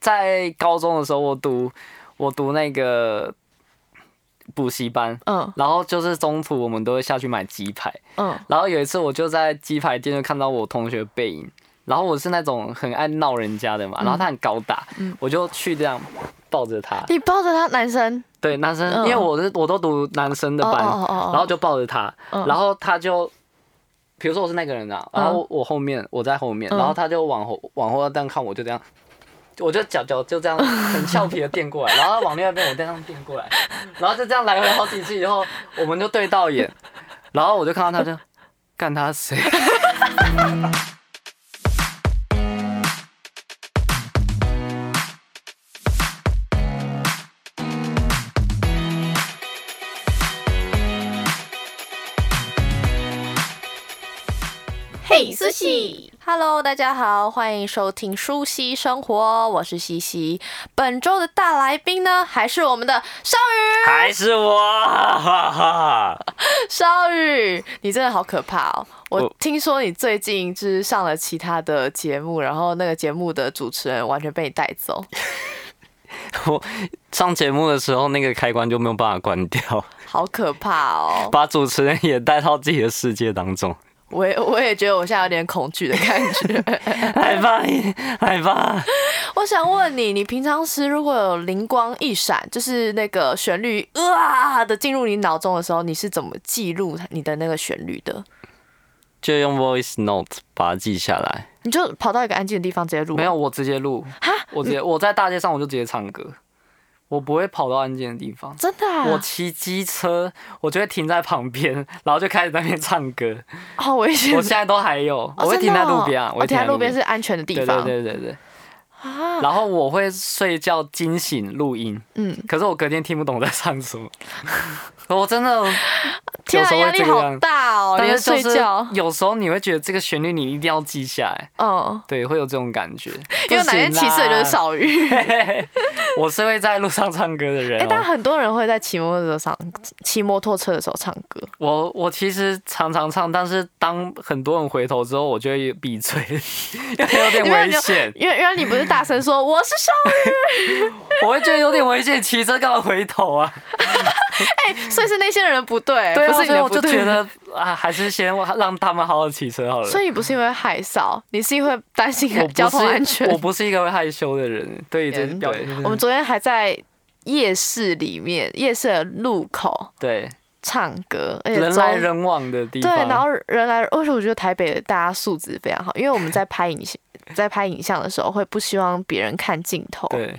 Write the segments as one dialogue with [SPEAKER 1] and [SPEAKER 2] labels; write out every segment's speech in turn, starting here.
[SPEAKER 1] 在高中的时候，我读我读那个补习班，
[SPEAKER 2] 嗯
[SPEAKER 1] 然后就是中途我们都会下去买鸡排，
[SPEAKER 2] 嗯，
[SPEAKER 1] 然后有一次我就在鸡排店就看到我同学背影，然后我是那种很爱闹人家
[SPEAKER 2] 嗯
[SPEAKER 1] 的嘛，然后他很高大，我就去这样抱着他，
[SPEAKER 2] 你抱着他，男生，
[SPEAKER 1] 对男生，
[SPEAKER 2] 嗯
[SPEAKER 1] 因为我是我都读男生的班，
[SPEAKER 2] 哦哦哦哦
[SPEAKER 1] 然后就抱着他，
[SPEAKER 2] 嗯
[SPEAKER 1] 然后他就，比如说我是那个人啊，
[SPEAKER 2] 嗯
[SPEAKER 1] 然后我后面我在后面，
[SPEAKER 2] 嗯
[SPEAKER 1] 然后他就往后往后这样看我，就这样，我就脚脚就这样很俏皮的垫过来，然后往另外一边我这样垫过来，然后就这样来回好几次以后，我们就对到眼，然后我就看到他就干他谁，
[SPEAKER 2] 嘿，苏西，Hello，大家好，欢迎收听《舒西生活》，我是西西。本周的大来宾呢，还是我们的少宇，
[SPEAKER 1] 还是我，哈哈。
[SPEAKER 2] 少宇，你真的好可怕哦！我
[SPEAKER 1] 我
[SPEAKER 2] 听说你最近就是上了其他的节目，然后那个节目的主持人完全被你带走，
[SPEAKER 1] 我上节目的时候那个开关就没有办法关掉，
[SPEAKER 2] 好可怕哦！
[SPEAKER 1] 把主持人也带到自己的世界当 中。
[SPEAKER 2] 我也我也觉得我现在有点恐惧的感觉。
[SPEAKER 1] 害怕，害怕。
[SPEAKER 2] 我想问你，你平常时如果有灵光一闪，就是那个旋律啊的进入你脑中的时候，你是怎么记录你的那个旋律的？
[SPEAKER 1] 就用 voice note 把它记下来。
[SPEAKER 2] 你就跑到一个安静的地方直接录？
[SPEAKER 1] 没有，，我直接录。我
[SPEAKER 2] 嗯
[SPEAKER 1] 直接我在大街上我就直接唱歌，我不会跑到安静的地方。
[SPEAKER 2] 真的、啊，
[SPEAKER 1] 我骑机车，我就会停在旁边，然后就开始在那边唱歌。
[SPEAKER 2] 好危险。
[SPEAKER 1] 我现在都还有，我
[SPEAKER 2] 哦
[SPEAKER 1] 会
[SPEAKER 2] 真的
[SPEAKER 1] 停在路
[SPEAKER 2] 哦
[SPEAKER 1] 边啊，我
[SPEAKER 2] 哦
[SPEAKER 1] 会
[SPEAKER 2] 停在路
[SPEAKER 1] 边
[SPEAKER 2] 边是安全的地
[SPEAKER 1] 对
[SPEAKER 2] 方。
[SPEAKER 1] 对对对对。
[SPEAKER 2] 啊，
[SPEAKER 1] 然后我会睡觉惊醒录音，
[SPEAKER 2] 嗯，
[SPEAKER 1] 可是我隔天听不懂我在唱什 么。我真的，
[SPEAKER 2] 天
[SPEAKER 1] 有时候
[SPEAKER 2] 啊，压
[SPEAKER 1] 会
[SPEAKER 2] 力
[SPEAKER 1] 这个
[SPEAKER 2] 好
[SPEAKER 1] 样
[SPEAKER 2] 大哦！
[SPEAKER 1] 但
[SPEAKER 2] 你的
[SPEAKER 1] 是就
[SPEAKER 2] 睡
[SPEAKER 1] 是
[SPEAKER 2] 觉，
[SPEAKER 1] 有时候你会觉得这个旋律你一定要记下来，
[SPEAKER 2] 嗯，
[SPEAKER 1] 对，会有这种感觉。
[SPEAKER 2] 因为哪天骑车
[SPEAKER 1] 车
[SPEAKER 2] 你就是。少雨。
[SPEAKER 1] 我是会在路上唱歌的人、
[SPEAKER 2] 哎、但
[SPEAKER 1] 哦。
[SPEAKER 2] 很多人会在骑摩托车上、骑摩托车的时候唱歌。
[SPEAKER 1] 我我其实常常唱，但是当很多人回头之后，我就会闭嘴， 因为有点
[SPEAKER 2] 因为
[SPEAKER 1] 危
[SPEAKER 2] 你就
[SPEAKER 1] 险。
[SPEAKER 2] 因为因为你不是大声 说我是少
[SPEAKER 1] 我会觉得有点危险，骑车干嘛回头啊？
[SPEAKER 2] 雨， 所以是那些人的不 对，
[SPEAKER 1] 对啊，
[SPEAKER 2] 不是你
[SPEAKER 1] 所以
[SPEAKER 2] 的
[SPEAKER 1] 我
[SPEAKER 2] 不
[SPEAKER 1] 就
[SPEAKER 2] 对
[SPEAKER 1] 觉。得啊，还是先让他们好好骑车好了。
[SPEAKER 2] 所以你不是因为害臊，你是因为担心
[SPEAKER 1] 我不是
[SPEAKER 2] 交通安全。
[SPEAKER 1] 我不是一个会害羞的人，对于这
[SPEAKER 2] 嗯
[SPEAKER 1] 表演，
[SPEAKER 2] 我们昨天还在夜市里面，夜市的路口
[SPEAKER 1] 对
[SPEAKER 2] 唱歌，而且
[SPEAKER 1] 人来
[SPEAKER 2] 周
[SPEAKER 1] 人往的地
[SPEAKER 2] 对，
[SPEAKER 1] 方，
[SPEAKER 2] 然后人来，为什么我觉得台北的大家素质非常好？因为我们在拍影像， 在拍影像的时候会不希望别人看镜头，
[SPEAKER 1] 对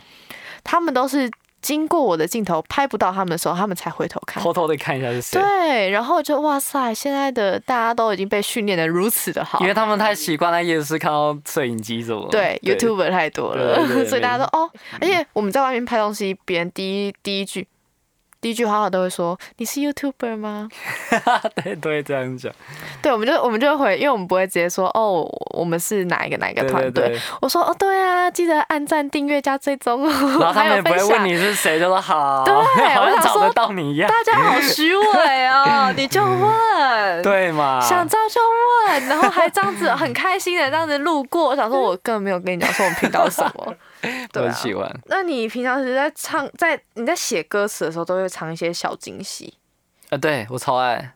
[SPEAKER 2] 他们都是经过我的镜头拍不到他们的时候，他们才回头看。
[SPEAKER 1] 偷偷的看一下是谁，
[SPEAKER 2] 对，然后就哇塞，现在的大家都已经被训练的如此的好
[SPEAKER 1] 因，为他们太习惯在夜市看到摄影机什么，
[SPEAKER 2] 对 YouTuber 太多了
[SPEAKER 1] 对 对，对
[SPEAKER 2] 所以大家都哦，而且我们在外面拍东西，别人第一第一句。第一句话都会说你是 YouTuber 吗？
[SPEAKER 1] 对对这样讲，
[SPEAKER 2] 对，我们就我们就会，因为我们不会直接说哦，我们是哪一个哪一个
[SPEAKER 1] 对
[SPEAKER 2] 团
[SPEAKER 1] 对
[SPEAKER 2] 队，
[SPEAKER 1] 对，
[SPEAKER 2] 我说哦，对啊，记得按赞、订阅、加追踪哦，
[SPEAKER 1] 然后他们
[SPEAKER 2] 还有
[SPEAKER 1] 也不会
[SPEAKER 2] 分
[SPEAKER 1] 问
[SPEAKER 2] 享。
[SPEAKER 1] 你是谁，就说好，
[SPEAKER 2] 对
[SPEAKER 1] 好
[SPEAKER 2] 我
[SPEAKER 1] 像
[SPEAKER 2] 想
[SPEAKER 1] 找
[SPEAKER 2] 说
[SPEAKER 1] 得到你一样，
[SPEAKER 2] 大家好虚伪 哦，你就问，，
[SPEAKER 1] 对啊嘛，
[SPEAKER 2] 想知道就问，然后还这样子很开心的这样子路过，我想说我根本没有跟你讲说我们频道是什么，对
[SPEAKER 1] 很
[SPEAKER 2] 啊。
[SPEAKER 1] 喜欢。
[SPEAKER 2] 那你平常是在唱，在你在写歌词的时候，都会藏一些小惊喜，
[SPEAKER 1] 啊，对我超爱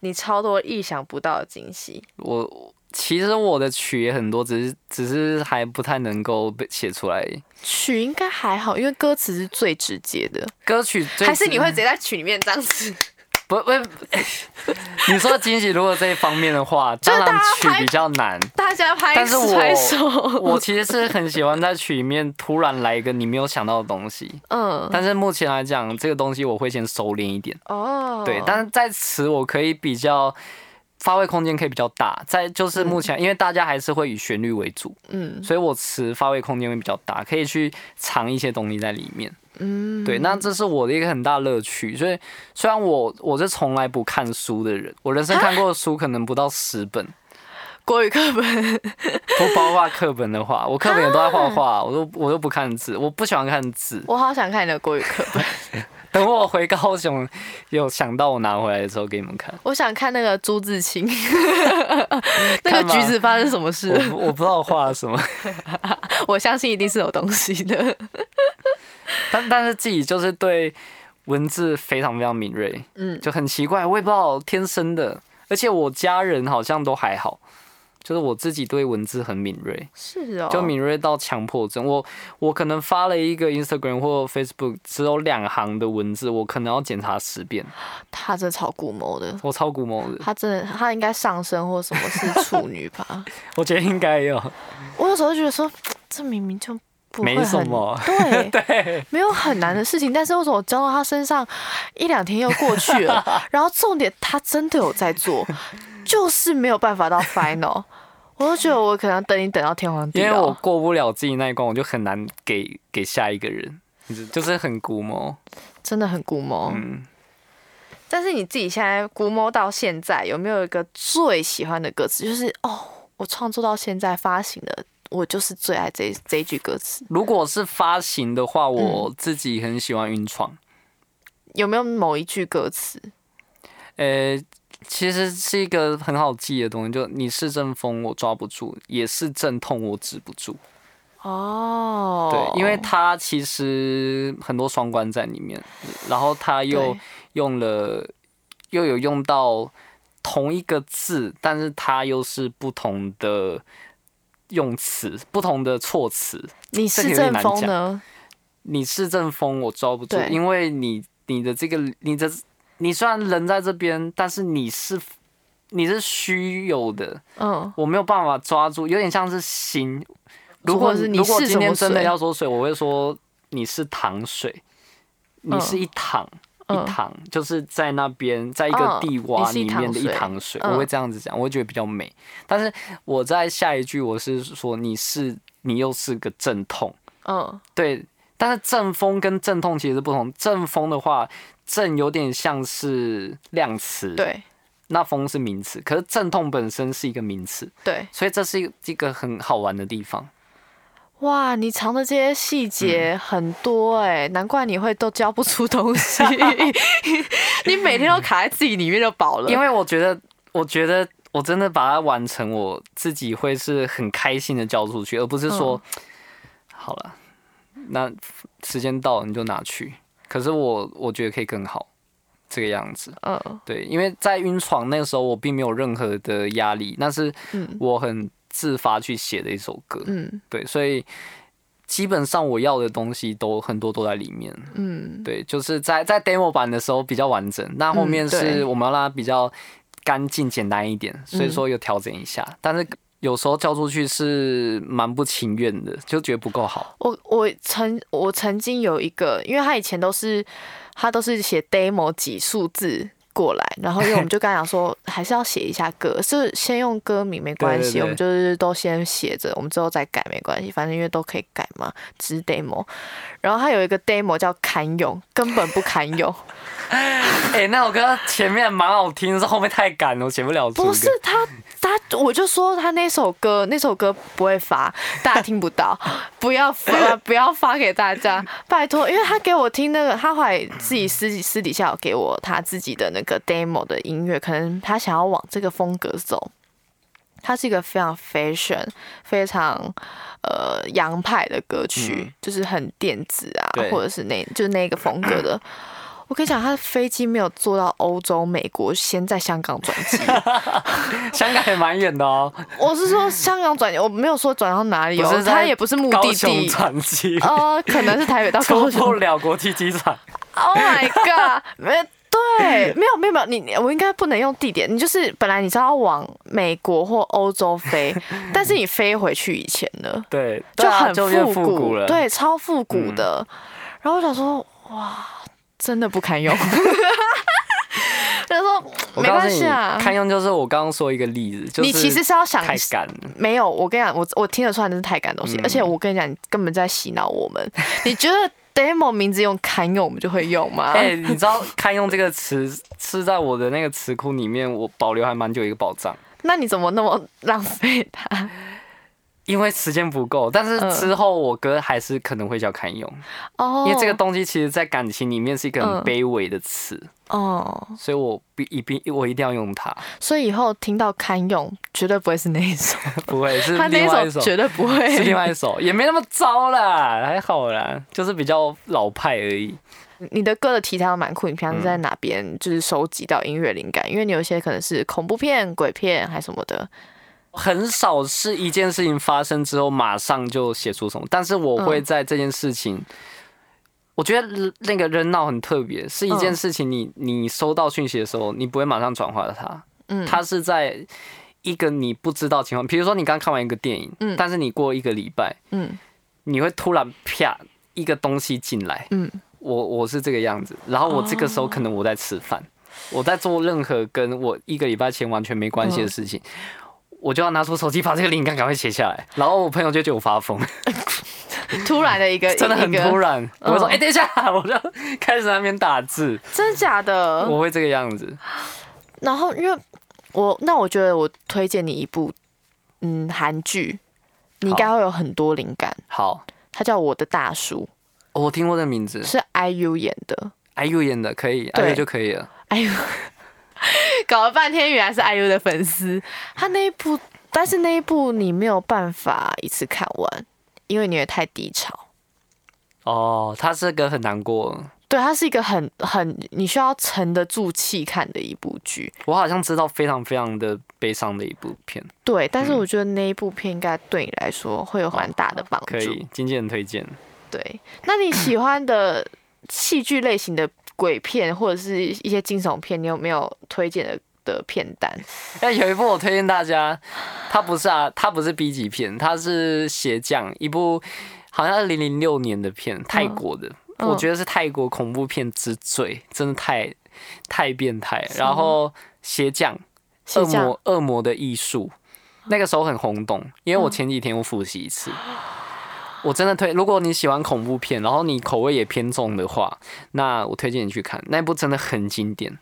[SPEAKER 2] 你超多意想不到的惊喜。
[SPEAKER 1] 我。其实我的曲也很多，只是只是还不太能够被写出来而已。
[SPEAKER 2] 曲应该还好，因为歌词是最直接的，
[SPEAKER 1] 歌曲最
[SPEAKER 2] 还是
[SPEAKER 1] 直
[SPEAKER 2] 你会直接在曲里面这样子，
[SPEAKER 1] 不不， 你说惊喜，如果这一方面的话，
[SPEAKER 2] 是
[SPEAKER 1] 当然
[SPEAKER 2] 大家
[SPEAKER 1] 曲
[SPEAKER 2] 拍
[SPEAKER 1] 比较 难。
[SPEAKER 2] 大家拍
[SPEAKER 1] 但是我
[SPEAKER 2] 拍手，嗯
[SPEAKER 1] 我其实是很喜欢在曲里面突然来一个你没有想到的东西，
[SPEAKER 2] 嗯。
[SPEAKER 1] 但是目前来讲，这个东西我会先收敛一点。
[SPEAKER 2] 哦，
[SPEAKER 1] 对，但是在此我可以比较发挥空间可以比较大，在就是目前因为大家还是会以旋律为主，
[SPEAKER 2] 嗯
[SPEAKER 1] 所以我词发挥空间会比较大，可以去藏一些东西在里面。
[SPEAKER 2] 嗯，
[SPEAKER 1] 对，那这是我的一个很大乐趣。所以虽然我我是从来不看书的人，我人生看过的书可能不到十 本，
[SPEAKER 2] 国语课 本
[SPEAKER 1] 不包括课本的话，我课
[SPEAKER 2] 啊
[SPEAKER 1] 本也都在画画，我都我都不看字，我不喜欢看字。
[SPEAKER 2] 我好想看你的国语课本，
[SPEAKER 1] 等我回高雄，有想到我拿回来的时候给你们 看。
[SPEAKER 2] 我想看那个朱自 清，那个橘子发生什么事
[SPEAKER 1] 我
[SPEAKER 2] 了？
[SPEAKER 1] 不我不知道我画了什么，
[SPEAKER 2] 我相信一定是有东西的。
[SPEAKER 1] 但但是自己就是对文字非常非常敏锐，
[SPEAKER 2] 嗯，
[SPEAKER 1] 就很奇怪，我也不知道天生的。而且我家人好像都还好，就是我自己对文字很敏锐，
[SPEAKER 2] 是哦，
[SPEAKER 1] 就敏锐到强迫症。我我可能发了一个 Instagram 或 Facebook 只有两行的文字，我可能要检查十 遍，
[SPEAKER 2] 他这超古某的，
[SPEAKER 1] 我超古某的，
[SPEAKER 2] 他真的他应该上升或什么是 处女吧？
[SPEAKER 1] 我觉得应该有，
[SPEAKER 2] 我有时候觉得说，这明明就不会
[SPEAKER 1] 没什
[SPEAKER 2] 很
[SPEAKER 1] 么
[SPEAKER 2] 对，啊
[SPEAKER 1] 对，
[SPEAKER 2] 没有很难的事情，但是为什么我交到他身上一两天又过 去了？然后重点他真的有在做，就是没有办法到 final。我都觉得我可能要等你等到天荒地
[SPEAKER 1] 因为
[SPEAKER 2] 老，
[SPEAKER 1] 我过不了自己那一关，我就很难给给下一个人，你知就是很古某，
[SPEAKER 2] 真的很估摸。
[SPEAKER 1] 嗯，
[SPEAKER 2] 但是你自己现在估摸到现在，有没有一个最喜欢的歌词？就是哦，我创作到现在发行的，我就是最爱这这一句歌词。
[SPEAKER 1] 如果是发行的话，
[SPEAKER 2] 嗯
[SPEAKER 1] 我自己很喜欢晕床。
[SPEAKER 2] 有没有某一句歌词？
[SPEAKER 1] 呃，其实是一个很好记的东西，就你是阵风，我抓不住；也是阵痛，我止不住。
[SPEAKER 2] 哦，
[SPEAKER 1] 对，因为它其实很多双关在里面，然后它又
[SPEAKER 2] 对
[SPEAKER 1] 用了，又有用到同一个字，但是它又是不同的用词、不同的措辞。
[SPEAKER 2] 你
[SPEAKER 1] 这
[SPEAKER 2] 是
[SPEAKER 1] 个有点
[SPEAKER 2] 正
[SPEAKER 1] 难
[SPEAKER 2] 风
[SPEAKER 1] 讲
[SPEAKER 2] 呢？
[SPEAKER 1] 你是阵风，我抓不住
[SPEAKER 2] 对，
[SPEAKER 1] 因为你你的这个你的你虽然人在这边，但是你是你是虚有的，
[SPEAKER 2] 嗯，
[SPEAKER 1] 我没有办法抓住，有点像是心。如
[SPEAKER 2] 或
[SPEAKER 1] 果
[SPEAKER 2] 者是你
[SPEAKER 1] 如果
[SPEAKER 2] 是什
[SPEAKER 1] 今天
[SPEAKER 2] 么
[SPEAKER 1] 真的
[SPEAKER 2] 水
[SPEAKER 1] 要说水，我会说你是糖水，你是一糖、
[SPEAKER 2] 嗯
[SPEAKER 1] 一糖，就是在那边在一个
[SPEAKER 2] 嗯
[SPEAKER 1] 地
[SPEAKER 2] 你
[SPEAKER 1] 洼
[SPEAKER 2] 是一
[SPEAKER 1] 里
[SPEAKER 2] 糖
[SPEAKER 1] 面的一
[SPEAKER 2] 水
[SPEAKER 1] 糖水，
[SPEAKER 2] 嗯
[SPEAKER 1] 我会这样子讲，我会觉得比较美。但是我在下一句我是说你是你又是个阵痛，
[SPEAKER 2] 嗯，
[SPEAKER 1] 对，但是阵风跟阵痛其实是不同，阵风的话。阵有点像是量词，，
[SPEAKER 2] 对
[SPEAKER 1] 那风是名词，可是阵痛本身是一个名词，
[SPEAKER 2] 对，
[SPEAKER 1] 所以这是一一个很好玩的地方。
[SPEAKER 2] 哇，你藏的这些细节很多哎、
[SPEAKER 1] 嗯
[SPEAKER 2] 难怪你会都教不出 东西， 你每天都卡在自己里面就饱了。
[SPEAKER 1] 因为我觉得，我觉得我真的把它完成，我自己会是很开心的交出去，而不是说、好了，那时间到了你就拿去。可是我我觉得可以更好，这个样子。
[SPEAKER 2] 嗯
[SPEAKER 1] 对，因为在晕床那个时候，我并没有任何的压力，那是
[SPEAKER 2] 嗯
[SPEAKER 1] 我很自发去写的一首歌。
[SPEAKER 2] 嗯
[SPEAKER 1] 对，所以基本上我要的东西都很多都在里面。
[SPEAKER 2] 嗯，
[SPEAKER 1] 对，就是在在 demo 版的时候比较完整，那后面
[SPEAKER 2] 嗯对嗯
[SPEAKER 1] 是我们要让它比较干净简单一点，所以说又调整一下。但是有时候交出去是蛮不情愿的，就觉得不够 好。
[SPEAKER 2] 我我曾我曾经有一个，因为他以前都是他都是写 demo 几数字。过来，然后因为我们就跟他讲说，还是要写一下歌，是先用歌名没关
[SPEAKER 1] 对
[SPEAKER 2] 系，
[SPEAKER 1] 对对
[SPEAKER 2] 我们就是都先写着，我们之后再改没关系，反正因为都可以改嘛，只是 demo。然后他有一个 demo 叫堪用，根本不堪用，
[SPEAKER 1] 哎、那首歌前面蛮好听，是后面太赶了，我写不了出歌。
[SPEAKER 2] 不是他，他我就说他那首歌，那首歌不会发，大家听不到，不要发，不要发给大家，拜托，因为他给我听那个，他后来自己私私底下有给我他自己的那个 demo 的音乐，可能他想要往这个风格走。它是一个非常 fashion、非常呃洋派的歌曲，
[SPEAKER 1] 嗯
[SPEAKER 2] 就是很电子啊，
[SPEAKER 1] 对
[SPEAKER 2] 或者是那就是那个风格的。 我跟你讲，他的飞机没有坐到欧洲、美国，先在香港转机。
[SPEAKER 1] 香港也蛮远的哦，
[SPEAKER 2] 我是说香港转，我没有说转到哪里
[SPEAKER 1] 不
[SPEAKER 2] 哦，
[SPEAKER 1] 是在
[SPEAKER 2] 它也不是目
[SPEAKER 1] 高
[SPEAKER 2] 的
[SPEAKER 1] 雄
[SPEAKER 2] 地。
[SPEAKER 1] 转机，
[SPEAKER 2] 哦，可能是 台北到
[SPEAKER 1] 出
[SPEAKER 2] 高
[SPEAKER 1] 不
[SPEAKER 2] 雄。
[SPEAKER 1] 了国际机场。
[SPEAKER 2] Oh my god！没对，没有没有没有，你你我应该不能用地点，你就是本来你知道要往美国或欧洲飞，但是你飞回去以前呢，
[SPEAKER 1] 对，对
[SPEAKER 2] 就
[SPEAKER 1] 啊
[SPEAKER 2] 很
[SPEAKER 1] 就变
[SPEAKER 2] 复
[SPEAKER 1] 复古了。，嗯
[SPEAKER 2] 对，超复古的。然后我想说，哇，真的不 堪用。 他说
[SPEAKER 1] 我
[SPEAKER 2] 没
[SPEAKER 1] 告诉
[SPEAKER 2] 关
[SPEAKER 1] 你，
[SPEAKER 2] 系啊，
[SPEAKER 1] 看用就是我刚刚说一个例子，就是
[SPEAKER 2] 你其实是要想
[SPEAKER 1] 太赶了。
[SPEAKER 2] 没有，我跟你讲，我我听得出来那是太感动西，
[SPEAKER 1] 嗯
[SPEAKER 2] 而且我跟你讲，你根本在洗脑我们。 你觉得 demo 名字用堪用，我们就会用 吗？
[SPEAKER 1] 哎、你知道“堪用”这个词是在我的那个词库里面，我保留还蛮久一个宝藏。
[SPEAKER 2] 那你怎么那么浪费它？
[SPEAKER 1] 因为时间不够，但是
[SPEAKER 2] 嗯
[SPEAKER 1] 之后我哥还是可能会叫堪用，
[SPEAKER 2] 哦，
[SPEAKER 1] 因为这个东西其实，在感情里面是一个很
[SPEAKER 2] 嗯
[SPEAKER 1] 卑微的词，
[SPEAKER 2] 哦，
[SPEAKER 1] 所以我必一定我一定要用它，
[SPEAKER 2] 所以以后听到堪用绝对不会是那一首，
[SPEAKER 1] 不会是
[SPEAKER 2] 他那
[SPEAKER 1] 另外一
[SPEAKER 2] 一
[SPEAKER 1] 首
[SPEAKER 2] 首，绝对不会
[SPEAKER 1] 是另外一首，也没那么糟啦，还好啦，就是比较老派而已。
[SPEAKER 2] 你的歌的题材都蛮酷，你平常是在
[SPEAKER 1] 嗯
[SPEAKER 2] 哪边就是收集到音乐灵感？因为你有一些可能是恐怖片、鬼片还什么的。
[SPEAKER 1] 很少是一件事情发生之后马上就写出什么，但是我
[SPEAKER 2] 嗯
[SPEAKER 1] 会在这件事情，我觉得那个人闹很特别，是一件
[SPEAKER 2] 嗯
[SPEAKER 1] 事情你，你收到讯息的时候，你不会马上转化它，
[SPEAKER 2] 嗯
[SPEAKER 1] 它是在一个你不知道情况，比如说你刚看完一个电影，
[SPEAKER 2] 嗯
[SPEAKER 1] 但是你过一个礼拜，
[SPEAKER 2] 嗯
[SPEAKER 1] 你会突然啪一个东西进来，
[SPEAKER 2] 嗯，
[SPEAKER 1] 我我是这个样子，然后我这个时候可能我在吃饭，
[SPEAKER 2] 哦
[SPEAKER 1] 我在做任何跟我一个礼拜前完全没关系的事情，
[SPEAKER 2] 嗯
[SPEAKER 1] 我就要拿出手机把这个灵感赶快写下来，然后我朋友就觉得我发 疯，
[SPEAKER 2] 突然的一个，
[SPEAKER 1] 真的很
[SPEAKER 2] 一个
[SPEAKER 1] 突，然，我说
[SPEAKER 2] 嗯
[SPEAKER 1] 哎、等一下， 我就开始在那边打字，
[SPEAKER 2] 真的假的？
[SPEAKER 1] 我会这个样子，
[SPEAKER 2] 然后因为我那我觉得我推荐你一部嗯韩剧，你应该会有很多灵感。
[SPEAKER 1] 好，
[SPEAKER 2] 它叫《我的大叔
[SPEAKER 1] 我听过这名字》，
[SPEAKER 2] 是 IU 演的
[SPEAKER 1] ，IU 演的可以
[SPEAKER 2] 对
[SPEAKER 1] ，IU 就可以了，
[SPEAKER 2] ，IU 搞了半天原来是 IU 的粉丝。他那一部，但是那一部你没有办法一次看完，因为你也太低潮。
[SPEAKER 1] 哦，他是个很难过，
[SPEAKER 2] 对，它是一个很很你需要沉得住气看的一部剧。
[SPEAKER 1] 我好像知道非常非常的悲伤的一部片，
[SPEAKER 2] 对，但
[SPEAKER 1] 嗯
[SPEAKER 2] 是我觉得那一部片应该对你来说会有蛮大的帮
[SPEAKER 1] 可
[SPEAKER 2] 助。
[SPEAKER 1] 以，经纪人推荐。
[SPEAKER 2] 对，那你喜欢的戏剧类型的鬼片或者是一些惊悚片，你有没有推荐的的片单？
[SPEAKER 1] 哎，有一部我推荐大家，它不是啊，它不是 B 级片，它是邪降一部，好像二零零六年的片，泰国的，
[SPEAKER 2] 嗯
[SPEAKER 1] 我觉得是泰国恐怖片之最，真的太太变态了。然后邪降，
[SPEAKER 2] 是
[SPEAKER 1] 恶
[SPEAKER 2] 这样
[SPEAKER 1] 魔恶魔的艺术，那个时候很轰动，因为我
[SPEAKER 2] 嗯
[SPEAKER 1] 前几天我复习一次。我真的推，如果你喜欢恐怖片，然后你口味也偏重的话，那我推荐你去看那一部，真的很经典，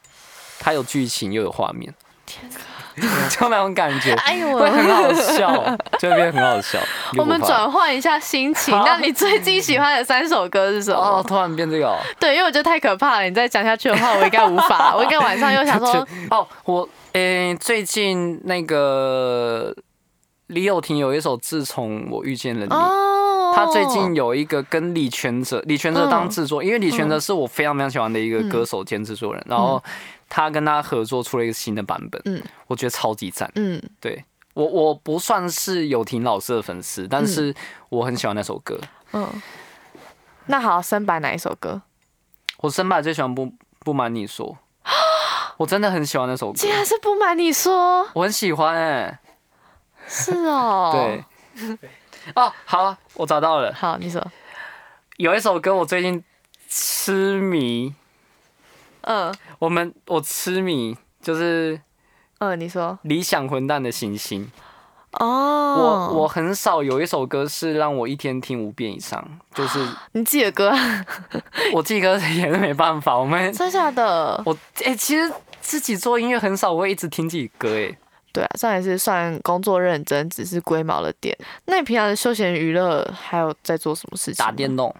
[SPEAKER 1] 它有剧情又有画面，天哪， 就那种感觉，
[SPEAKER 2] 哎呦
[SPEAKER 1] 会很
[SPEAKER 2] 喂，
[SPEAKER 1] 好 笑，就会变得很好笑。
[SPEAKER 2] 我们
[SPEAKER 1] 你不怕
[SPEAKER 2] 转换一下心情。
[SPEAKER 1] 好
[SPEAKER 2] 那你最近喜欢的三首歌是什
[SPEAKER 1] 哦，
[SPEAKER 2] 么？
[SPEAKER 1] 突然变这个哦，
[SPEAKER 2] 对，因为我觉得太可怕了，你再讲下去的话，我应该无 法。我应该晚上又想说，
[SPEAKER 1] 就哦，我诶、最近那个李友廷有一首《自从我遇见了你》。
[SPEAKER 2] 哦，嗯
[SPEAKER 1] 他最近有一个跟李全哲，李全哲当制作，因为李全哲是我非常非常喜欢的一个歌手兼制作人，然后他跟他合作出了一个新的版本，
[SPEAKER 2] 嗯
[SPEAKER 1] 我觉得超级赞。
[SPEAKER 2] 嗯，
[SPEAKER 1] 对我我不算是友婷老师的粉丝，但是我很喜欢那首歌。
[SPEAKER 2] 嗯，那好，深白哪一首歌？
[SPEAKER 1] 我深白最喜欢不不瞒你说， 我真的很喜欢那首歌
[SPEAKER 2] 竟，然是不瞒你说，
[SPEAKER 1] 我很喜欢哎、
[SPEAKER 2] 是哦。
[SPEAKER 1] 对，。哦，好，我找到了，
[SPEAKER 2] 好，你说，
[SPEAKER 1] 有一首歌我最近痴迷，
[SPEAKER 2] 嗯
[SPEAKER 1] 我们我痴迷就是
[SPEAKER 2] 嗯，你说，
[SPEAKER 1] 理想混蛋的行星，我
[SPEAKER 2] 哦，
[SPEAKER 1] 我很少有一首歌是让我一天听五遍以上， 就是
[SPEAKER 2] 你自己的歌，啊
[SPEAKER 1] 我自己歌也是没办法。我们
[SPEAKER 2] 真假的？
[SPEAKER 1] 我哎、其实自己做音乐很少，我会一直听自己歌哎、
[SPEAKER 2] 对啊，这样也是算工作认真，只是龟毛了点。那你平常的休闲娱乐还有在做什么事情？
[SPEAKER 1] 打电，动。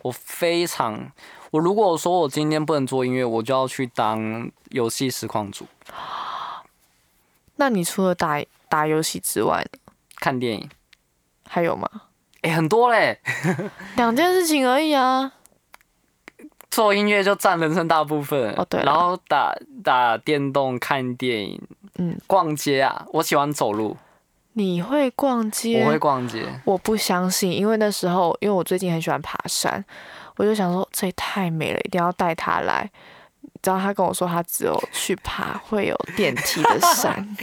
[SPEAKER 1] 我非常，我如果说我今天不能做音乐，我就要去当游戏实况主，
[SPEAKER 2] 那你除了打打游戏之外，
[SPEAKER 1] 看电影。
[SPEAKER 2] 还有吗？
[SPEAKER 1] 哎、很多嘞，
[SPEAKER 2] 两件事情而已啊。
[SPEAKER 1] 做音乐就占人生大部分。
[SPEAKER 2] 哦对啊
[SPEAKER 1] 然后打打电动、看电影、
[SPEAKER 2] 嗯，
[SPEAKER 1] 逛街啊，我喜欢走路，
[SPEAKER 2] 你会逛街？
[SPEAKER 1] 我会逛街。
[SPEAKER 2] 我不相信，因为那时候，因为我最近很喜欢爬山，我就想说这也太美了，一定要带他来。然后他跟我说，他只有去爬会有电梯的山，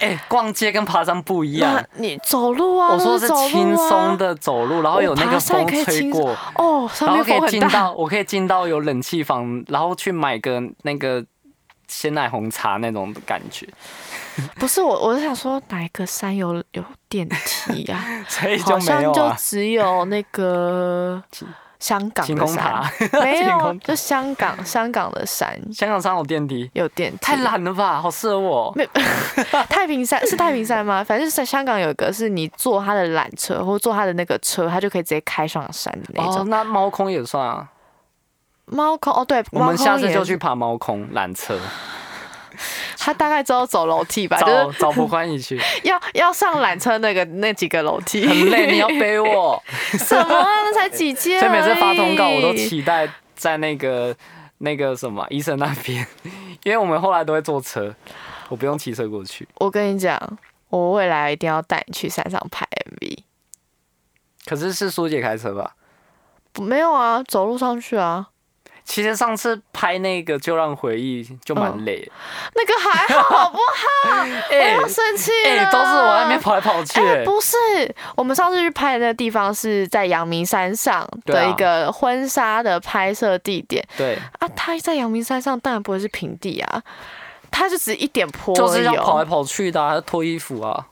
[SPEAKER 1] 哎、逛街跟爬山不 一
[SPEAKER 2] 那
[SPEAKER 1] 样。
[SPEAKER 2] 你走路啊，
[SPEAKER 1] 我说是
[SPEAKER 2] 走路啊
[SPEAKER 1] 轻松的走路，然后有那
[SPEAKER 2] 哦我爬
[SPEAKER 1] 个
[SPEAKER 2] 山
[SPEAKER 1] 风
[SPEAKER 2] 也可以
[SPEAKER 1] 吹
[SPEAKER 2] 轻
[SPEAKER 1] 过，
[SPEAKER 2] 哦，上
[SPEAKER 1] 然后
[SPEAKER 2] 面
[SPEAKER 1] 可
[SPEAKER 2] 风
[SPEAKER 1] 以
[SPEAKER 2] 很
[SPEAKER 1] 进
[SPEAKER 2] 大
[SPEAKER 1] 到，我可以进到有冷气房，然后去买个那个鲜奶红茶那种感 觉，
[SPEAKER 2] 不是我，我是想说哪一个山有有电梯呀、啊
[SPEAKER 1] 所以
[SPEAKER 2] 好
[SPEAKER 1] 就没
[SPEAKER 2] 像
[SPEAKER 1] 有
[SPEAKER 2] 就
[SPEAKER 1] 啊。
[SPEAKER 2] 只有那个香港
[SPEAKER 1] 晴
[SPEAKER 2] 的
[SPEAKER 1] 空
[SPEAKER 2] 山
[SPEAKER 1] 塔，
[SPEAKER 2] 没
[SPEAKER 1] 晴
[SPEAKER 2] 有
[SPEAKER 1] 空，塔
[SPEAKER 2] 就香港香港的山
[SPEAKER 1] 香港山有电梯，
[SPEAKER 2] 有电梯。
[SPEAKER 1] 太懒了吧，好适合我。
[SPEAKER 2] 没太平山是太平山吗？反正在香港有一个是你坐他的缆车或坐他的那个车，他就可以直接开上山的那
[SPEAKER 1] 哦
[SPEAKER 2] 种。，
[SPEAKER 1] 那猫空也算啊，
[SPEAKER 2] 猫空哦，对，
[SPEAKER 1] 我们
[SPEAKER 2] 猫空
[SPEAKER 1] 下次
[SPEAKER 2] 也
[SPEAKER 1] 就去爬猫空缆车，
[SPEAKER 2] 他大概知道走楼梯吧，就
[SPEAKER 1] 找
[SPEAKER 2] 是
[SPEAKER 1] 找蒲欢一起 去，
[SPEAKER 2] 要要上缆车那个那几个楼梯，
[SPEAKER 1] 很累，你要 背我。
[SPEAKER 2] 什么啊？那才几阶？
[SPEAKER 1] 所以每次发通告，我都。期待在那个那个什么医生那边， 因为我们后来都会坐车，我不用骑车过去。
[SPEAKER 2] 我跟你讲，我未来一定要带你去山上拍 MV。
[SPEAKER 1] 可是是苏姐开车吧？
[SPEAKER 2] 不没有啊，走路上去啊，
[SPEAKER 1] 其实上次拍那个就让回忆就
[SPEAKER 2] 嗯
[SPEAKER 1] 蛮累的，
[SPEAKER 2] 那个还好不好？我
[SPEAKER 1] 哎
[SPEAKER 2] 要生气
[SPEAKER 1] 哎、
[SPEAKER 2] 了。
[SPEAKER 1] 都是我在那边跑来跑去、
[SPEAKER 2] 啊哎、不是，我们上次去拍的那个地方是在阳明山上
[SPEAKER 1] 对啊
[SPEAKER 2] 的一个婚纱的拍摄地点
[SPEAKER 1] 对，
[SPEAKER 2] 啊。他在阳明山上当然不会是平地啊，他就只是一点坡
[SPEAKER 1] 就
[SPEAKER 2] 而
[SPEAKER 1] 是
[SPEAKER 2] 已、
[SPEAKER 1] 要跑来
[SPEAKER 2] 哦。
[SPEAKER 1] 跑去的、啊，还要脱衣服啊，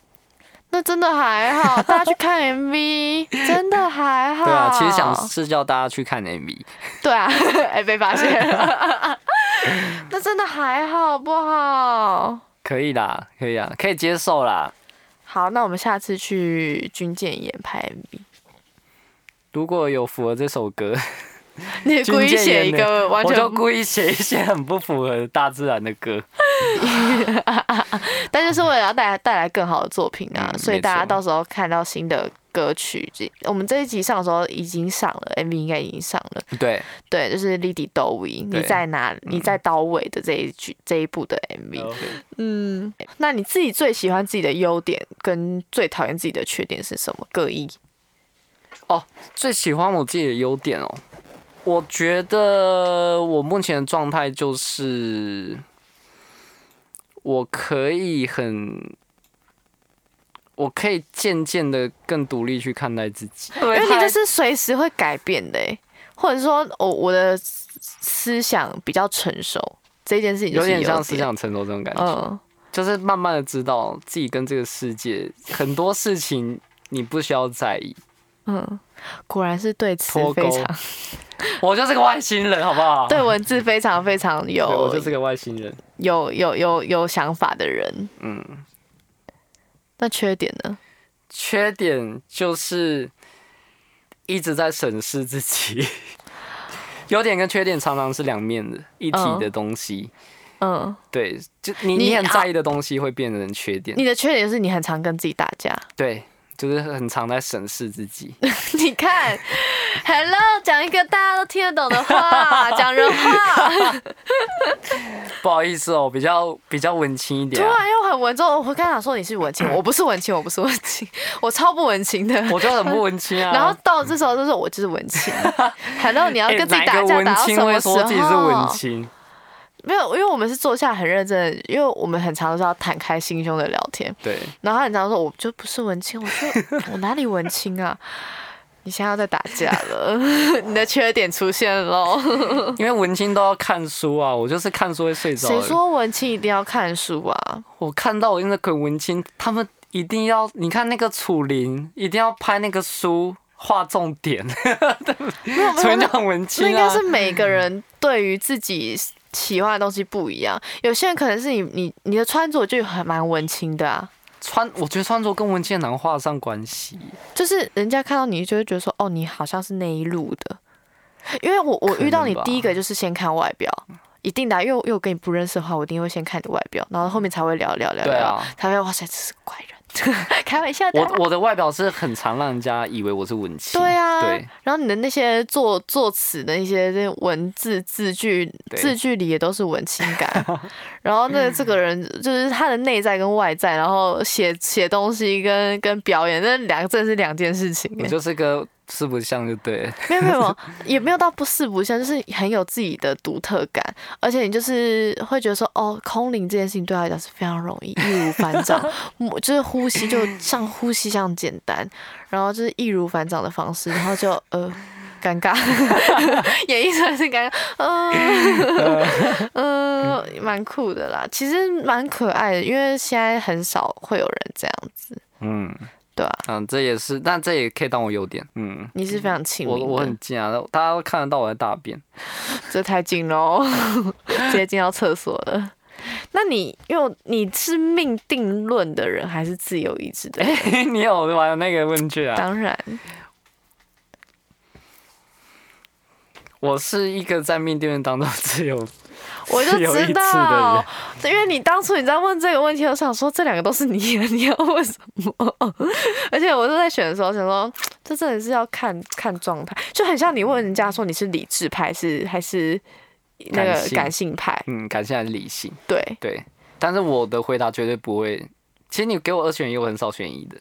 [SPEAKER 2] 那真的还好，大家去看 MV，真的还好。
[SPEAKER 1] 对啊，其实想是叫大家去看 MV，
[SPEAKER 2] 对啊， 哎、被发 现了。那真的还好不好？
[SPEAKER 1] 可以啦，可以啊，可以接受啦。
[SPEAKER 2] 好，那我们下次去军舰岩拍 MV。
[SPEAKER 1] 如果有符合这首歌，
[SPEAKER 2] 你故意写一
[SPEAKER 1] 军舰岩
[SPEAKER 2] 个完
[SPEAKER 1] 我
[SPEAKER 2] 全
[SPEAKER 1] 就故意写一些很不符合大自然的歌。
[SPEAKER 2] 但就是为了要带来带来更好的作品啊，
[SPEAKER 1] 嗯
[SPEAKER 2] 所以
[SPEAKER 1] 没
[SPEAKER 2] 大家
[SPEAKER 1] 错
[SPEAKER 2] 到时候看到新的歌曲，这我们这一集上的时候已经上了，MV 应该已经上了。
[SPEAKER 1] 对，
[SPEAKER 2] 对，就是 Lady d o w y
[SPEAKER 1] 对嗯
[SPEAKER 2] 你在哪？你在刀尾的这一句这一部的 MV。嗯，那你自己最喜欢自己的优点跟最讨厌自己的缺点是什么？各一。
[SPEAKER 1] 最喜欢我自己的优点哦，我觉得我目前的状态就是，我可以很，我可以渐渐的更独立去看待自己，因
[SPEAKER 2] 因为你就是随时会改变的欸、或者说我我的思思想比较成熟，这件事情就
[SPEAKER 1] 有
[SPEAKER 2] 是
[SPEAKER 1] 点像
[SPEAKER 2] 优
[SPEAKER 1] 思
[SPEAKER 2] 点。
[SPEAKER 1] 想成熟这种感觉，
[SPEAKER 2] 嗯，
[SPEAKER 1] 就是慢慢的知道自己跟这个世界很多事情你不需要在意，
[SPEAKER 2] 嗯，果然是对词
[SPEAKER 1] 脱
[SPEAKER 2] 非
[SPEAKER 1] 钩
[SPEAKER 2] 常
[SPEAKER 1] 我就是个外星人，好不好？
[SPEAKER 2] 对文字非常非常 有
[SPEAKER 1] 对，我就是个外星人。
[SPEAKER 2] 有有有有想法的人。
[SPEAKER 1] 嗯，
[SPEAKER 2] 那缺点呢？
[SPEAKER 1] 缺点就是一直在审视自己，优点跟缺点常常是两面的一体的东西。
[SPEAKER 2] 嗯，
[SPEAKER 1] 对，就你
[SPEAKER 2] 你啊
[SPEAKER 1] 你很在意的东西会变成缺点。
[SPEAKER 2] 你的缺点是你很常跟自己打架。
[SPEAKER 1] 对，就是很常在审视自己。
[SPEAKER 2] 你 看，Hello，讲一个大家都听得懂的 话，讲人话。
[SPEAKER 1] 不好意思哦，比较比较文青一
[SPEAKER 2] 突
[SPEAKER 1] 点啊、
[SPEAKER 2] 然又很文绉，我刚想说你是 文青，我不是文青，我不是文青，我超不文青的。
[SPEAKER 1] 我就很不文青啊。
[SPEAKER 2] 然后到这时候就是我就是文 青，Hello，你要
[SPEAKER 1] 哎
[SPEAKER 2] 跟自己
[SPEAKER 1] 哪
[SPEAKER 2] 打
[SPEAKER 1] 个
[SPEAKER 2] 架
[SPEAKER 1] 文
[SPEAKER 2] 打到
[SPEAKER 1] 青
[SPEAKER 2] 什么
[SPEAKER 1] 会
[SPEAKER 2] 时
[SPEAKER 1] 说
[SPEAKER 2] 候？
[SPEAKER 1] 自己是文青，
[SPEAKER 2] 没有，因为我们是坐下很认真的，因为我们很常都是要坦开心胸的聊天。
[SPEAKER 1] 对，
[SPEAKER 2] 然后他很常说，我就不是文青，我说我哪里文青啊？你现在要再打架 了，你的缺点出现喽。
[SPEAKER 1] 因为文青都要看书啊，我就是看书会睡着。
[SPEAKER 2] 谁说文青一定要看书啊？
[SPEAKER 1] 我看到我那个文青，他们一定要，你看那个楚林，一定要拍那个书，画重点，
[SPEAKER 2] 没有没
[SPEAKER 1] 所
[SPEAKER 2] 有
[SPEAKER 1] 以
[SPEAKER 2] 没
[SPEAKER 1] 叫
[SPEAKER 2] 有，
[SPEAKER 1] 文
[SPEAKER 2] 那应
[SPEAKER 1] 青
[SPEAKER 2] 该
[SPEAKER 1] 啊。
[SPEAKER 2] 是每个人对于自己喜欢的东西不一样。有些人可能是你你你的穿着就很蛮文青的啊，
[SPEAKER 1] 穿，我觉得穿着跟文青很难画上关系。
[SPEAKER 2] 就是人家看到你就会觉得说，哦，你好像是那一路的。因为我我
[SPEAKER 1] 可能
[SPEAKER 2] 遇到你
[SPEAKER 1] 吧嗯
[SPEAKER 2] 第一个就是先看外表，一定的啊、因为我因为我跟你不认识的话，我一定会先看你外表，然后后面才会聊聊聊
[SPEAKER 1] 对
[SPEAKER 2] 聊，
[SPEAKER 1] 啊
[SPEAKER 2] 才会哇塞，这是个怪人， 开玩笑的啊、
[SPEAKER 1] 我我的外表是很常让人家以为我是文青。
[SPEAKER 2] 对啊，
[SPEAKER 1] 对，
[SPEAKER 2] 然后你的那些作作词的一些这文字字句
[SPEAKER 1] 对
[SPEAKER 2] 字句里也都是文青 感，然后那个这个人就是他的内在跟外在，然后写写东西跟跟表演，那两个真的是两件事情欸。
[SPEAKER 1] 我就是个四不像就对了。
[SPEAKER 2] 没有没有没有，也没有到不四不像，就是很有自己的独特感，而且你就是会觉得说，哦，空灵这件事情对他来讲是非常容易，易如反掌，我就是呼吸就像呼吸这样简单，然后就是易如反掌的方式，然后就呃。尴尬， 演绎出来是尴尬，嗯、呃、嗯，蛮、酷的啦，其实蛮可爱的，因为现在很少会有人这样子，
[SPEAKER 1] 嗯，
[SPEAKER 2] 对啊，
[SPEAKER 1] 嗯，这也是，但这也可以当我优点。嗯，
[SPEAKER 2] 你是非常亲
[SPEAKER 1] 我
[SPEAKER 2] 民的，
[SPEAKER 1] 我很近啊，大家都看得到我在大便。
[SPEAKER 2] 这太近喽， 直接进到厕所了。那你因为你是命定论的人还是自由意志 的人？
[SPEAKER 1] 你有玩那个问卷啊？
[SPEAKER 2] 当然，
[SPEAKER 1] 我是一个在面对当中只有
[SPEAKER 2] 我就
[SPEAKER 1] 自由意
[SPEAKER 2] 知
[SPEAKER 1] 志的
[SPEAKER 2] 道
[SPEAKER 1] 人，，
[SPEAKER 2] 因为你当初你在问这个问题，我想说这两个都是你的， 你要问什么？ 而且我都在选的时候想说，这真的是要看看状态，就很像你问人家说你是理智派是还是那
[SPEAKER 1] 感
[SPEAKER 2] 个
[SPEAKER 1] 性
[SPEAKER 2] 感性派，
[SPEAKER 1] 嗯，感谢很理性，
[SPEAKER 2] 对，
[SPEAKER 1] 对，但是我的回答绝对不会。其实你给我二选一，我很少选一的。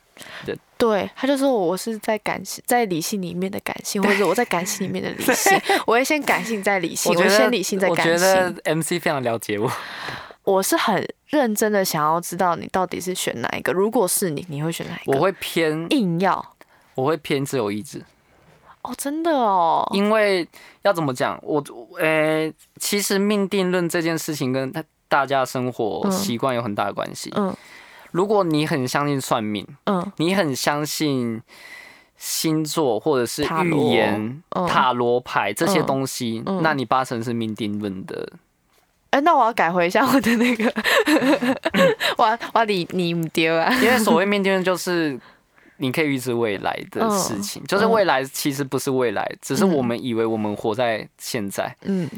[SPEAKER 2] 对，他就说我是在感性，在理性里面的感性，或者我在感性里面的理性。我会先感性再理性，
[SPEAKER 1] 我
[SPEAKER 2] 我
[SPEAKER 1] 觉得
[SPEAKER 2] 先理性再
[SPEAKER 1] 我
[SPEAKER 2] 感
[SPEAKER 1] 觉得
[SPEAKER 2] 性。
[SPEAKER 1] MC 非常了解我。
[SPEAKER 2] 我是很认真的想要知道你到底是选哪一个。如果是你，你会选哪一个？
[SPEAKER 1] 我会偏，
[SPEAKER 2] 硬要
[SPEAKER 1] 我会偏自由意志，
[SPEAKER 2] 哦，真的哦，
[SPEAKER 1] 因为要怎么讲，我呃、其实命定论这件事情跟大家生活
[SPEAKER 2] 嗯
[SPEAKER 1] 习惯有很大的关系。
[SPEAKER 2] 嗯
[SPEAKER 1] 如果你很相信算命，
[SPEAKER 2] 嗯
[SPEAKER 1] 你很相信星座或者是
[SPEAKER 2] 塔
[SPEAKER 1] 预
[SPEAKER 2] 罗
[SPEAKER 1] 言、
[SPEAKER 2] 嗯。
[SPEAKER 1] 塔罗牌这些
[SPEAKER 2] 嗯
[SPEAKER 1] 东西，
[SPEAKER 2] 嗯
[SPEAKER 1] 那你八成是命定论的。
[SPEAKER 2] 哎、那我要改回一下我的那个，
[SPEAKER 1] 嗯
[SPEAKER 2] 我要我要理你唔丢 啊。
[SPEAKER 1] 因为所谓命定论就是你可以预知未来的事情，
[SPEAKER 2] 嗯
[SPEAKER 1] 就是未来其实不是未来，只是我们以为我们活在现在，
[SPEAKER 2] 嗯，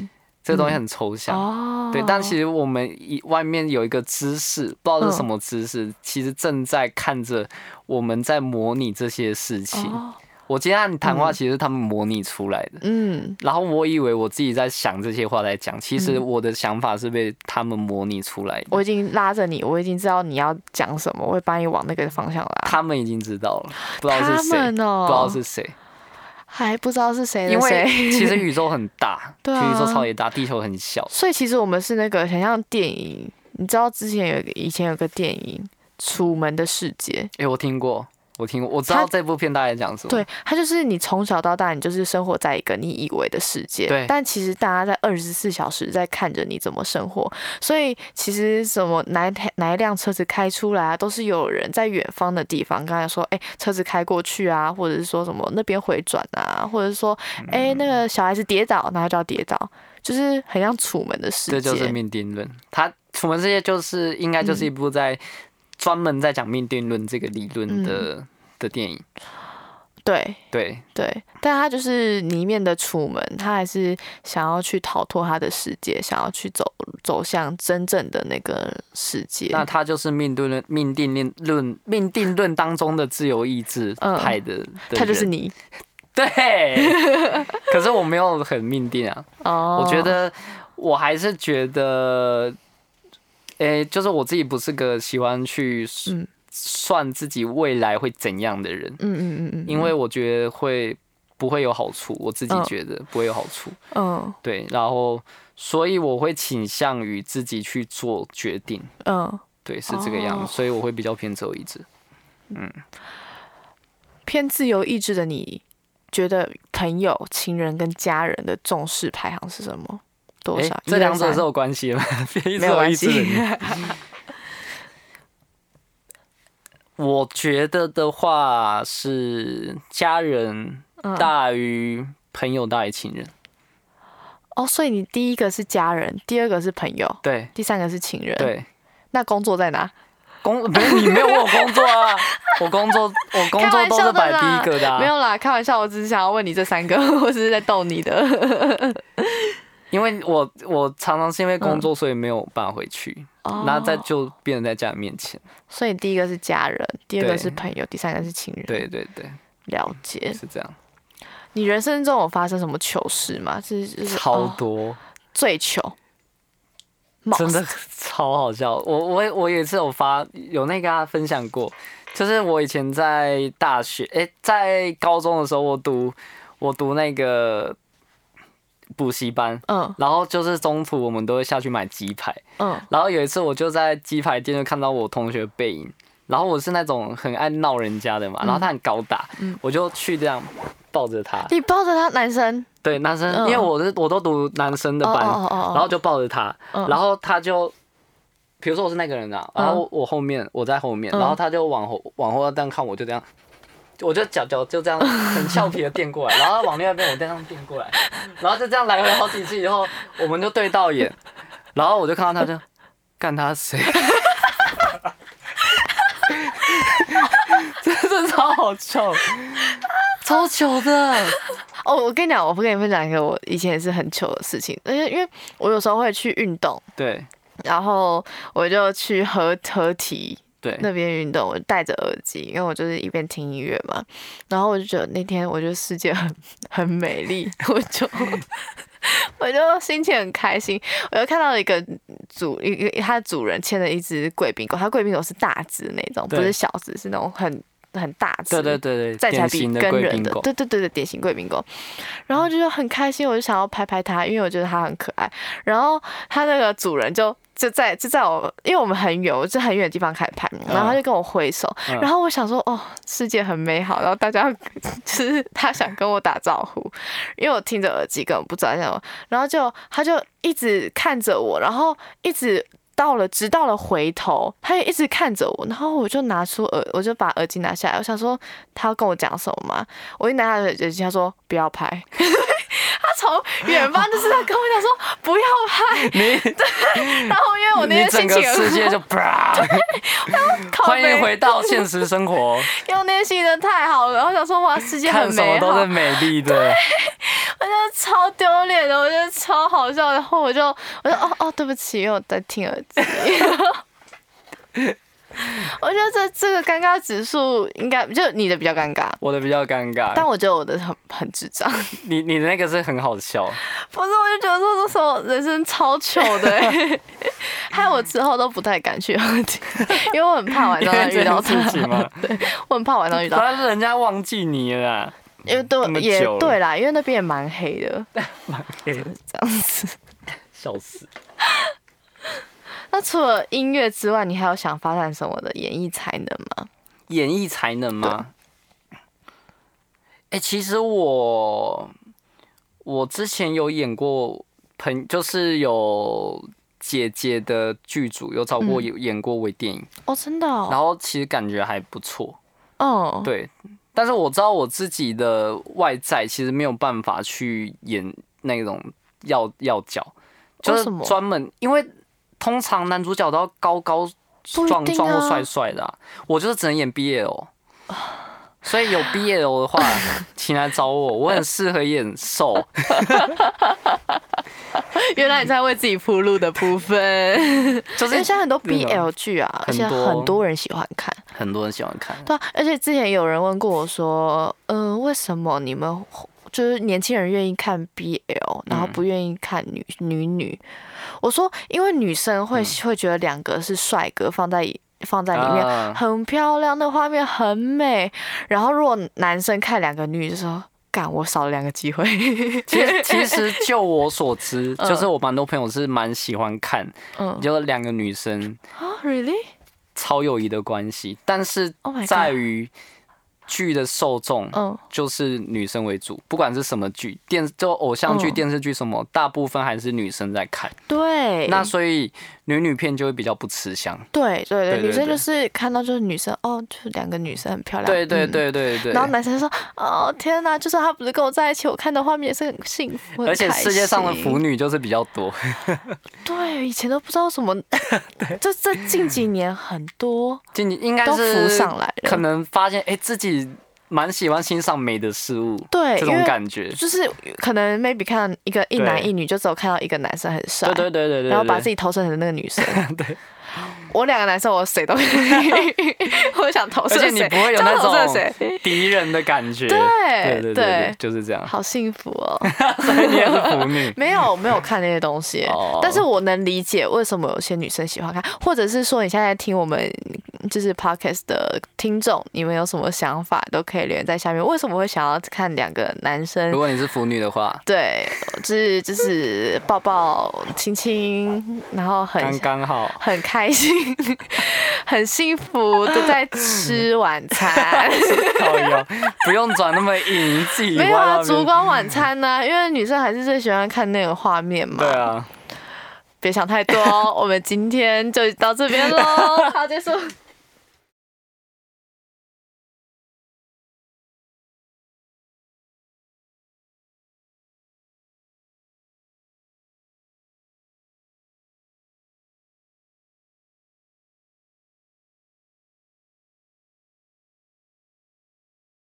[SPEAKER 1] 这个东西很抽象。
[SPEAKER 2] 哦，
[SPEAKER 1] 对，但其实我们以外面有一个知识，不知道是什么知识，其实正在看着我们在模拟这些事情。
[SPEAKER 2] 哦
[SPEAKER 1] 我今天和你谈话，其实是他们模拟出来的。
[SPEAKER 2] 嗯
[SPEAKER 1] 然后我以为我自己在想这些话来讲，其实我的想法是被他们模拟出来的。
[SPEAKER 2] 我已经拉着你，我已经知道你要讲什么，我会把你往那个方向拉。
[SPEAKER 1] 他们已经知道了，不知道
[SPEAKER 2] 他
[SPEAKER 1] 是谁，
[SPEAKER 2] 们
[SPEAKER 1] 不
[SPEAKER 2] 哦，
[SPEAKER 1] 知道是谁。
[SPEAKER 2] 还不知道是谁
[SPEAKER 1] 因
[SPEAKER 2] 的
[SPEAKER 1] 为
[SPEAKER 2] 谁，
[SPEAKER 1] 其实宇宙很大，
[SPEAKER 2] 对啊
[SPEAKER 1] 宇宙超级大，地球很小。
[SPEAKER 2] 所以其实我们是那个很像电影，你知道之前有一个以前有个电影《楚门的世界
[SPEAKER 1] 哎、我听过，我听过，我知道
[SPEAKER 2] 它
[SPEAKER 1] 这部片大概讲什》，么。
[SPEAKER 2] 对，它就是你从小到大，你就是生活在一个你以为的世界，
[SPEAKER 1] 对
[SPEAKER 2] 但其实大家在二十四小时在看着你怎么生活，所以其实什么哪一台哪一辆车子开出来啊，都是有人在远方的地方，刚才说哎、车子开过去啊，或者是说什么那边回转啊，或者是说哎、
[SPEAKER 1] 嗯
[SPEAKER 2] 那个小孩子跌倒，那就要跌倒，就是很像楚门的世界，嗯
[SPEAKER 1] 这就是命定论。它《楚门世界》就是应该就是一部在专门在讲命定论这个理论的、
[SPEAKER 2] 嗯
[SPEAKER 1] 的电影。
[SPEAKER 2] 对。
[SPEAKER 1] 对，
[SPEAKER 2] 对，但他就是里面的楚门，他还是想要去逃脱他的世界，想要去走走向真正的那个世界。
[SPEAKER 1] 那它就是命定论、命定论、论命定论当中的自由意志
[SPEAKER 2] 嗯
[SPEAKER 1] 派的。的
[SPEAKER 2] 他就是
[SPEAKER 1] 人
[SPEAKER 2] 你
[SPEAKER 1] 对， 可是我没有很命定啊。
[SPEAKER 2] 哦，
[SPEAKER 1] 我觉得我还是觉得，诶、就是我自己不是个喜欢去
[SPEAKER 2] 嗯
[SPEAKER 1] 算自己未来会怎样的人，
[SPEAKER 2] 嗯，嗯嗯嗯嗯，
[SPEAKER 1] 因为我觉得会不会有好处，我自己
[SPEAKER 2] 嗯
[SPEAKER 1] 觉得不会有好处。
[SPEAKER 2] 嗯
[SPEAKER 1] 对，然后所以我会倾向于自己去做决定，
[SPEAKER 2] 嗯
[SPEAKER 1] 对，是这个样
[SPEAKER 2] 哦
[SPEAKER 1] 子，所以我会比较偏走一致。
[SPEAKER 2] 偏自由意志的你，觉得朋友、情人跟家人的重视排行是什么？多
[SPEAKER 1] 诶
[SPEAKER 2] 少？
[SPEAKER 1] 这
[SPEAKER 2] 一
[SPEAKER 1] 两者
[SPEAKER 2] 二
[SPEAKER 1] 是
[SPEAKER 2] 三
[SPEAKER 1] 有关系吗？ 偏
[SPEAKER 2] 没有
[SPEAKER 1] 走
[SPEAKER 2] 关
[SPEAKER 1] 一致的
[SPEAKER 2] 系
[SPEAKER 1] 你。我觉得的话是家人
[SPEAKER 2] 嗯
[SPEAKER 1] 大于朋友大于情人，
[SPEAKER 2] 哦，所以你第一个是家人，第二个是朋友，
[SPEAKER 1] 对
[SPEAKER 2] 第三个是情人。，
[SPEAKER 1] 对。
[SPEAKER 2] 那工作在哪？
[SPEAKER 1] 工不是你没有问我工作啊， 我工作我工作都是摆第一个的、
[SPEAKER 2] 没
[SPEAKER 1] 啊，
[SPEAKER 2] 有啦，开玩笑，我只是想要问你这三个， 我只是在逗你的。
[SPEAKER 1] 因为我我常常是因为工
[SPEAKER 2] 嗯
[SPEAKER 1] 作所以没有办法回去，哦那在就变成在家人面前，
[SPEAKER 2] 哦所以第一个是家人，第二个
[SPEAKER 1] 对
[SPEAKER 2] 是朋友，第三个是情人。，
[SPEAKER 1] 对对对，
[SPEAKER 2] 了解。
[SPEAKER 1] 是这样，
[SPEAKER 2] 你人生中有发生什么糗事吗？是就是
[SPEAKER 1] 超
[SPEAKER 2] 哦
[SPEAKER 1] 多。
[SPEAKER 2] 最糗，冒
[SPEAKER 1] 真的 超好笑。我我我有一次有发有那个、啊、分享过，就是我以前在大学，诶、在高中的时候，我读我读那个补习班，
[SPEAKER 2] 嗯
[SPEAKER 1] 然后就是中途我们都会下去买鸡排，
[SPEAKER 2] 嗯
[SPEAKER 1] 然后有一次我就在鸡排店就看到我同学的背影，然后我是那种很爱闹人家的嘛，
[SPEAKER 2] 嗯
[SPEAKER 1] 然后他很高大，我就去这样抱着他，
[SPEAKER 2] 你抱着他男生，
[SPEAKER 1] 对男生，
[SPEAKER 2] 嗯
[SPEAKER 1] 因为我是我都读男生的
[SPEAKER 2] 哦
[SPEAKER 1] 班，
[SPEAKER 2] 哦哦哦
[SPEAKER 1] 然后就抱着他，
[SPEAKER 2] 嗯
[SPEAKER 1] 然后他就比如说我是那个人啊，然后我后面我在后面，
[SPEAKER 2] 嗯
[SPEAKER 1] 然后他就往后往后这样看，我就这样，我就脚脚就这样很俏皮的垫过来，然 后他往另外一边我这样垫过来，然后就这样来回好几次以后，我们就对到 眼，然后我就看到他就干他谁， 真的超好笑，超糗的，
[SPEAKER 2] 哦，我跟你讲，我跟你分享一个我以前也是很糗的事情，因为因为我有时候会去运动，
[SPEAKER 1] 对
[SPEAKER 2] 然后我就去合合体
[SPEAKER 1] 对
[SPEAKER 2] 那边运动，我戴着耳机，因为我就是一边听音乐嘛，然后我就觉得那天我觉得世界很很 美丽，我就我就心情很开心，我就看到一个主一个它的主人牵了一只贵宾狗，它贵宾狗是大只的那种，不
[SPEAKER 1] 对
[SPEAKER 2] 是小只，是那种很很大只，
[SPEAKER 1] 对对对
[SPEAKER 2] 再
[SPEAKER 1] 对，
[SPEAKER 2] 起
[SPEAKER 1] 典
[SPEAKER 2] 来比
[SPEAKER 1] 型的
[SPEAKER 2] 跟
[SPEAKER 1] 贵
[SPEAKER 2] 人
[SPEAKER 1] 宾
[SPEAKER 2] 的，
[SPEAKER 1] 狗，
[SPEAKER 2] 对对对对，典型贵宾狗。然后就是很开心，我就想要拍拍它，因为我觉得它很可爱。然后它那个主人就就在就在我，因为我们很远，我就很远的地方开始拍，然后他就跟我挥手。
[SPEAKER 1] 嗯
[SPEAKER 2] 然后我想说，哦，世界很美好，然后大家 就是他想跟我打招呼，因为我听着耳机根本不知道在干嘛。然后就他就一直看着我，然后一直。到了，直到了回头，他也一直看着我，然后我就拿出耳，我就把耳机拿下来，我想说他要跟我讲什么吗？我一拿下耳机，他说不要拍， 他从远方就是在跟我讲说不要拍，
[SPEAKER 1] 你
[SPEAKER 2] 然后因为我那
[SPEAKER 1] 你
[SPEAKER 2] 天
[SPEAKER 1] 整
[SPEAKER 2] 心
[SPEAKER 1] 个
[SPEAKER 2] 情很
[SPEAKER 1] 世界就 啪，
[SPEAKER 2] 靠
[SPEAKER 1] 欢迎
[SPEAKER 2] 背
[SPEAKER 1] 回到现实生 活。
[SPEAKER 2] 因为那天心情真的太好了，我想说哇，世界很
[SPEAKER 1] 看什么
[SPEAKER 2] 美好，
[SPEAKER 1] 都是
[SPEAKER 2] 我
[SPEAKER 1] 美丽的，
[SPEAKER 2] 觉得超丢脸的，我觉得超好笑，然后我就我就哦哦，对不起，因为我在听耳机。 我觉得这这个尴尬指数应该就你的比较尴尬，
[SPEAKER 1] 我的比较尴
[SPEAKER 2] 但
[SPEAKER 1] 尬。
[SPEAKER 2] 我觉得我的很很智障。
[SPEAKER 1] 你你的那个是很好笑，
[SPEAKER 2] 不是，我就觉得说这时候人生超糗的、 欸，害我之后都不太敢去喝酒， 因为我很怕晚
[SPEAKER 1] 因
[SPEAKER 2] 上
[SPEAKER 1] 为
[SPEAKER 2] 遇
[SPEAKER 1] 这
[SPEAKER 2] 到
[SPEAKER 1] 种
[SPEAKER 2] 他
[SPEAKER 1] 事，情 嘛，
[SPEAKER 2] 我很怕晚上遇到，
[SPEAKER 1] 但是人家忘记你了啦。
[SPEAKER 2] 因为
[SPEAKER 1] 那啊么
[SPEAKER 2] 对也
[SPEAKER 1] 久了
[SPEAKER 2] 对啦，因为那边也蛮黑的， 这样子。
[SPEAKER 1] 笑死！
[SPEAKER 2] 那除了音乐之外，你还有想发展什么的演艺才能吗？
[SPEAKER 1] 演绎才能吗？哎、其实我我之前有演过朋，就是有姐姐的剧组有找过
[SPEAKER 2] 嗯
[SPEAKER 1] 有演过微电影，
[SPEAKER 2] 哦，真的
[SPEAKER 1] 然
[SPEAKER 2] 哦，
[SPEAKER 1] 后其实感觉还不错。
[SPEAKER 2] 哦，
[SPEAKER 1] 对，但是我知道我自己的外在其实没有办法去演那种要要角，就
[SPEAKER 2] 为
[SPEAKER 1] 是
[SPEAKER 2] 什么
[SPEAKER 1] 专门因为通常男主角都要高高
[SPEAKER 2] 不一
[SPEAKER 1] 壮
[SPEAKER 2] 定
[SPEAKER 1] 壮
[SPEAKER 2] 啊
[SPEAKER 1] 或帅帅的啊、我就是只能演 BL。所以有 BL 的话，请来找我，我很适合演瘦。
[SPEAKER 2] 原来你在为自己铺路的 部分，
[SPEAKER 1] 就
[SPEAKER 2] 因为
[SPEAKER 1] 是
[SPEAKER 2] 现在很多
[SPEAKER 1] 那个
[SPEAKER 2] BL 剧啊，而
[SPEAKER 1] 很
[SPEAKER 2] 且
[SPEAKER 1] 多
[SPEAKER 2] 很多人喜欢看。
[SPEAKER 1] 很多人喜欢看，
[SPEAKER 2] 对啊，而且之前有人问过我说，嗯、为什么你们就是年轻人愿意看 BL，然
[SPEAKER 1] 嗯
[SPEAKER 2] 后不愿意看女、女女？我说，因为女生
[SPEAKER 1] 嗯
[SPEAKER 2] 会、会觉得两个是帅哥放在放在里面。
[SPEAKER 1] 啊
[SPEAKER 2] 很漂亮，那画面很美。然后如果男生看两个女，就说干我少了两个 机会。
[SPEAKER 1] 其实其实就我所知，
[SPEAKER 2] 嗯
[SPEAKER 1] 就是我蛮多朋友是蛮喜欢看，
[SPEAKER 2] 嗯
[SPEAKER 1] 就是两个女生，
[SPEAKER 2] 啊、r e a l l y
[SPEAKER 1] 超友谊的关系，但是
[SPEAKER 2] Oh my god
[SPEAKER 1] 在于剧的受众
[SPEAKER 2] 嗯
[SPEAKER 1] 就是女生为主，不管是什么剧，电就偶像剧、
[SPEAKER 2] 嗯
[SPEAKER 1] 电视剧什么，大部分还是女生在看。
[SPEAKER 2] 对，
[SPEAKER 1] 那所以女女片就会比较不吃香。
[SPEAKER 2] 对对
[SPEAKER 1] 对
[SPEAKER 2] 对，
[SPEAKER 1] 对
[SPEAKER 2] 女生
[SPEAKER 1] 对
[SPEAKER 2] 就是看到就是女生哦，就是两个女生很漂亮。
[SPEAKER 1] 对对
[SPEAKER 2] 嗯
[SPEAKER 1] 对对对。
[SPEAKER 2] 然后男生说：“哦，天哪，就算他不是跟我在一起，我看的画面也是很幸福，很
[SPEAKER 1] 而且
[SPEAKER 2] 开
[SPEAKER 1] 世界上的
[SPEAKER 2] 心
[SPEAKER 1] 腐女就是比较多，
[SPEAKER 2] 对以前都不知道 什么，就这近几年很多
[SPEAKER 1] 近应该
[SPEAKER 2] 都浮
[SPEAKER 1] 是
[SPEAKER 2] 上来
[SPEAKER 1] 可
[SPEAKER 2] 了。
[SPEAKER 1] 能发现哎、诶自己蛮喜欢欣赏美的事物，
[SPEAKER 2] 对
[SPEAKER 1] 这
[SPEAKER 2] 因
[SPEAKER 1] 种
[SPEAKER 2] 为
[SPEAKER 1] 感觉，
[SPEAKER 2] 就是可能 maybe 看到一个一男
[SPEAKER 1] 对
[SPEAKER 2] 一女，就只有看到一个男生很帅，
[SPEAKER 1] 对对对对对对，
[SPEAKER 2] 然后把
[SPEAKER 1] 对
[SPEAKER 2] 自己投射成那个女生。我两个男生，我 谁都可以， 我想投射
[SPEAKER 1] 而且你
[SPEAKER 2] 谁
[SPEAKER 1] 不会有
[SPEAKER 2] 就
[SPEAKER 1] 那
[SPEAKER 2] 投射
[SPEAKER 1] 种
[SPEAKER 2] 谁，
[SPEAKER 1] 敌人的感觉，
[SPEAKER 2] 对
[SPEAKER 1] 对对
[SPEAKER 2] 对
[SPEAKER 1] 对，就是这样。
[SPEAKER 2] 好幸福哦。
[SPEAKER 1] 你也 是腐女
[SPEAKER 2] 没有没有看那些东西
[SPEAKER 1] 哦，
[SPEAKER 2] 但是我能理解为什么有些女生喜欢看，或者是说你现在听我们就是 podcast 的听众，你们有什么想法都可以留言在下面。为什么会想要看两个男
[SPEAKER 1] 如
[SPEAKER 2] 生？
[SPEAKER 1] 果你是腐女的话，
[SPEAKER 2] 对，就是就是抱抱、亲亲，然后很
[SPEAKER 1] 刚刚好。
[SPEAKER 2] 很开心、 很幸福的在吃晚餐。
[SPEAKER 1] 靠腰，不用转那么硬，你自己
[SPEAKER 2] 没有
[SPEAKER 1] 歪
[SPEAKER 2] 啊，
[SPEAKER 1] 到那边
[SPEAKER 2] 烛光晚餐呢、因为女生还是最喜欢看那个画面嘛。
[SPEAKER 1] 对啊，
[SPEAKER 2] 不别想太多哦，我们今天就到这边喽，好，结束。